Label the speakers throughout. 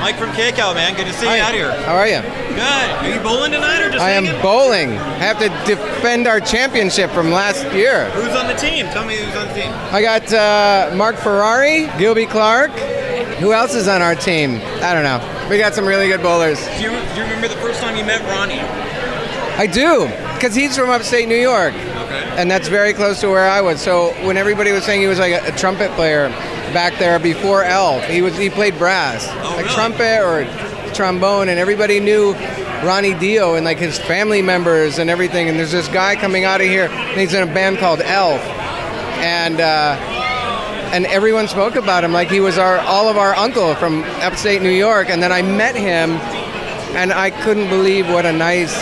Speaker 1: Mike from KCAL, man. Good to see you out here.
Speaker 2: How are you?
Speaker 1: Good. Are you bowling tonight or just
Speaker 2: I
Speaker 1: hanging?
Speaker 2: am bowling. I have to defend our championship from last year.
Speaker 1: Who's on the team? Tell me who's on the team.
Speaker 2: I got uh, Mark Ferrari, Gilby Clark. Who else is on our team? I don't know. We got some really good bowlers.
Speaker 1: Do you, do you remember the first time you met Ronnie?
Speaker 2: I do, because he's from upstate New York,
Speaker 1: Okay.
Speaker 2: and that's very close to where I was. So when everybody was saying he was like a, a trumpet player back there before Elf, he was he played brass,
Speaker 1: Oh,
Speaker 2: like
Speaker 1: really?
Speaker 2: trumpet or trombone, and everybody knew Ronnie Dio and like his family members and everything. And there's this guy coming out of here, and he's in a band called Elf, and. Uh, and everyone spoke about him like he was our all of our uncle from upstate New York. And then I met him, and I couldn't believe what a nice,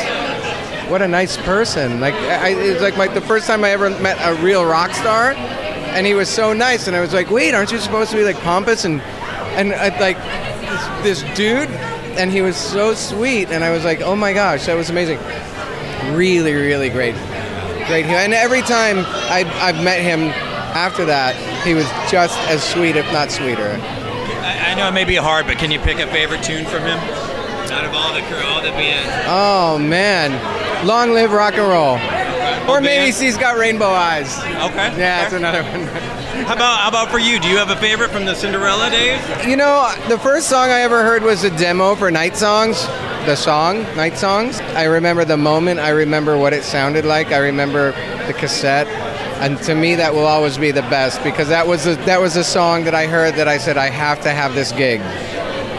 Speaker 2: what a nice person. Like I, it was like my, the first time I ever met a real rock star, and he was so nice. And I was like, wait, aren't you supposed to be like pompous and and uh, like this, this dude? And he was so sweet, and I was like, oh my gosh, that was amazing. Really, really great great hero. And every time I, I've met him after that, he was just as sweet, if not sweeter.
Speaker 1: I, I know it may be hard, but can you pick a favorite tune from him? Um, Out of all the crew, all the bands.
Speaker 2: Oh man, long live rock and roll. Or maybe she's got rainbow eyes.
Speaker 1: Okay.
Speaker 2: Yeah, that's
Speaker 1: Fair.
Speaker 2: another one.
Speaker 1: How about how about for you? Do you have a favorite from the Cinderella days?
Speaker 2: You know, the first song I ever heard was a demo for Night Songs, the song, Night Songs. I remember the moment, I remember what it sounded like, I remember the cassette. And to me, that will always be the best because that was a, that was a song that I heard that I said I have to have this gig.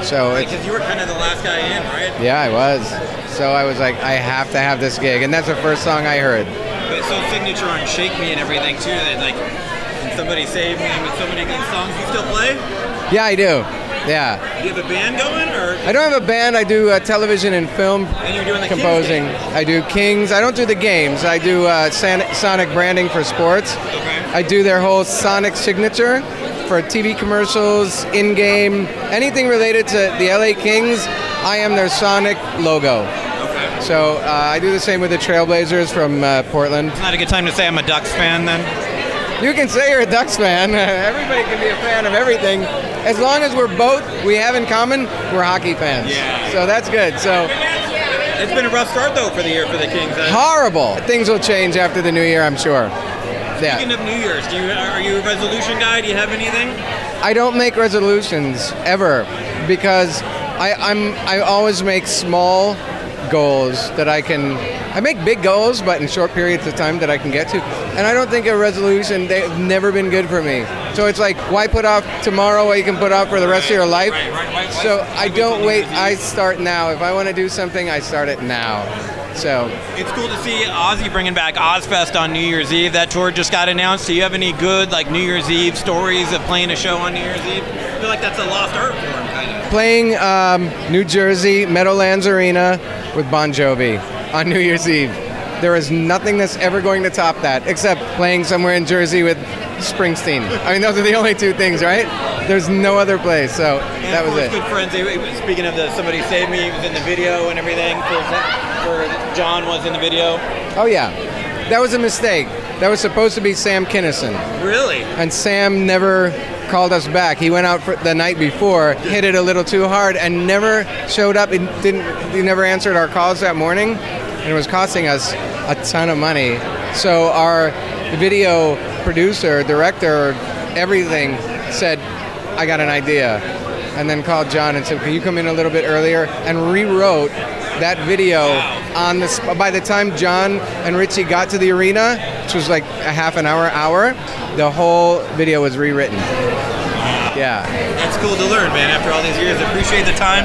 Speaker 2: So it's
Speaker 1: Because you were kind of the last guy in, right?
Speaker 2: Yeah, I was. So I was like, I have to have this gig, and that's the first song I heard.
Speaker 1: But so signature on Shake Me and everything too. That like, when somebody saved me with so many good songs. You still play?
Speaker 2: Yeah, I do. Yeah,
Speaker 1: Do you have a band going or?
Speaker 2: I don't have a band. I do uh, television and film
Speaker 1: And you're doing the Kings
Speaker 2: composing.
Speaker 1: game.
Speaker 2: I do Kings. I don't do the games. I do uh, San- Sonic branding for sports.
Speaker 1: Okay.
Speaker 2: I do their whole Sonic signature for TV commercials, in-game, anything related to the LA Kings. I am their Sonic logo.
Speaker 1: Okay.
Speaker 2: So uh, I do the same with the Trailblazers from uh, Portland.
Speaker 1: Not a good time to say I'm a Ducks fan then.
Speaker 2: You can say you're a Ducks fan. Everybody can be a fan of everything. As long as we're both, we have in common, we're hockey fans.
Speaker 1: Yeah.
Speaker 2: So that's good. So
Speaker 1: It's been a rough start though for the year for the Kings. Uh, Huh?
Speaker 2: horrible. Things will change after the new year, I'm sure. Yeah.
Speaker 1: Speaking of New Year's, do you are you a resolution guy? Do you have anything?
Speaker 2: I don't make resolutions ever because I, I'm I always make small goals that I can I make big goals but in short periods of time that I can get to. And I don't think a resolution they've never been good for me. So it's like why put off tomorrow what you can put off for the rest of your life?
Speaker 1: Right, right, right.
Speaker 2: So
Speaker 1: Why-
Speaker 2: I
Speaker 1: why
Speaker 2: don't
Speaker 1: wait
Speaker 2: wait.
Speaker 1: till New
Speaker 2: I
Speaker 1: Year's
Speaker 2: start now. If I want to do something, I start it now. So
Speaker 1: It's cool to see Ozzy bringing back Ozfest on New Year's Eve. That tour just got announced. Do you have any good like New Year's Eve stories of playing a show on New Year's Eve? I feel like that's a lost art form kind of.
Speaker 2: playing um, New Jersey Meadowlands Arena with Bon Jovi on New Year's Eve. There is nothing that's ever going to top that, except playing somewhere in Jersey with Springsteen. I mean, those are the only two things, right? There's no other place. So
Speaker 1: And
Speaker 2: that
Speaker 1: of
Speaker 2: was
Speaker 1: course,
Speaker 2: it.
Speaker 1: Good friends. They- Speaking of the somebody saved me it was in the video and everything. For, for John was in the video.
Speaker 2: Oh yeah, that was a mistake. That was supposed to be Sam Kinison.
Speaker 1: Really?
Speaker 2: and Sam never called us back. He went out for the night before, hit it a little too hard, and never showed up. He didn't. He never answered our calls that morning, and it was costing us a ton of money. So our video producer, director, everything said, "I got an idea," and then called John and said, "Can you come in a little bit earlier?" and rewrote that video on the sp- by the time John and Richie got to the arena, which was like a half an hour, hour, the whole video was rewritten. Yeah.
Speaker 1: That's cool to learn, man. After all these years, appreciate the time.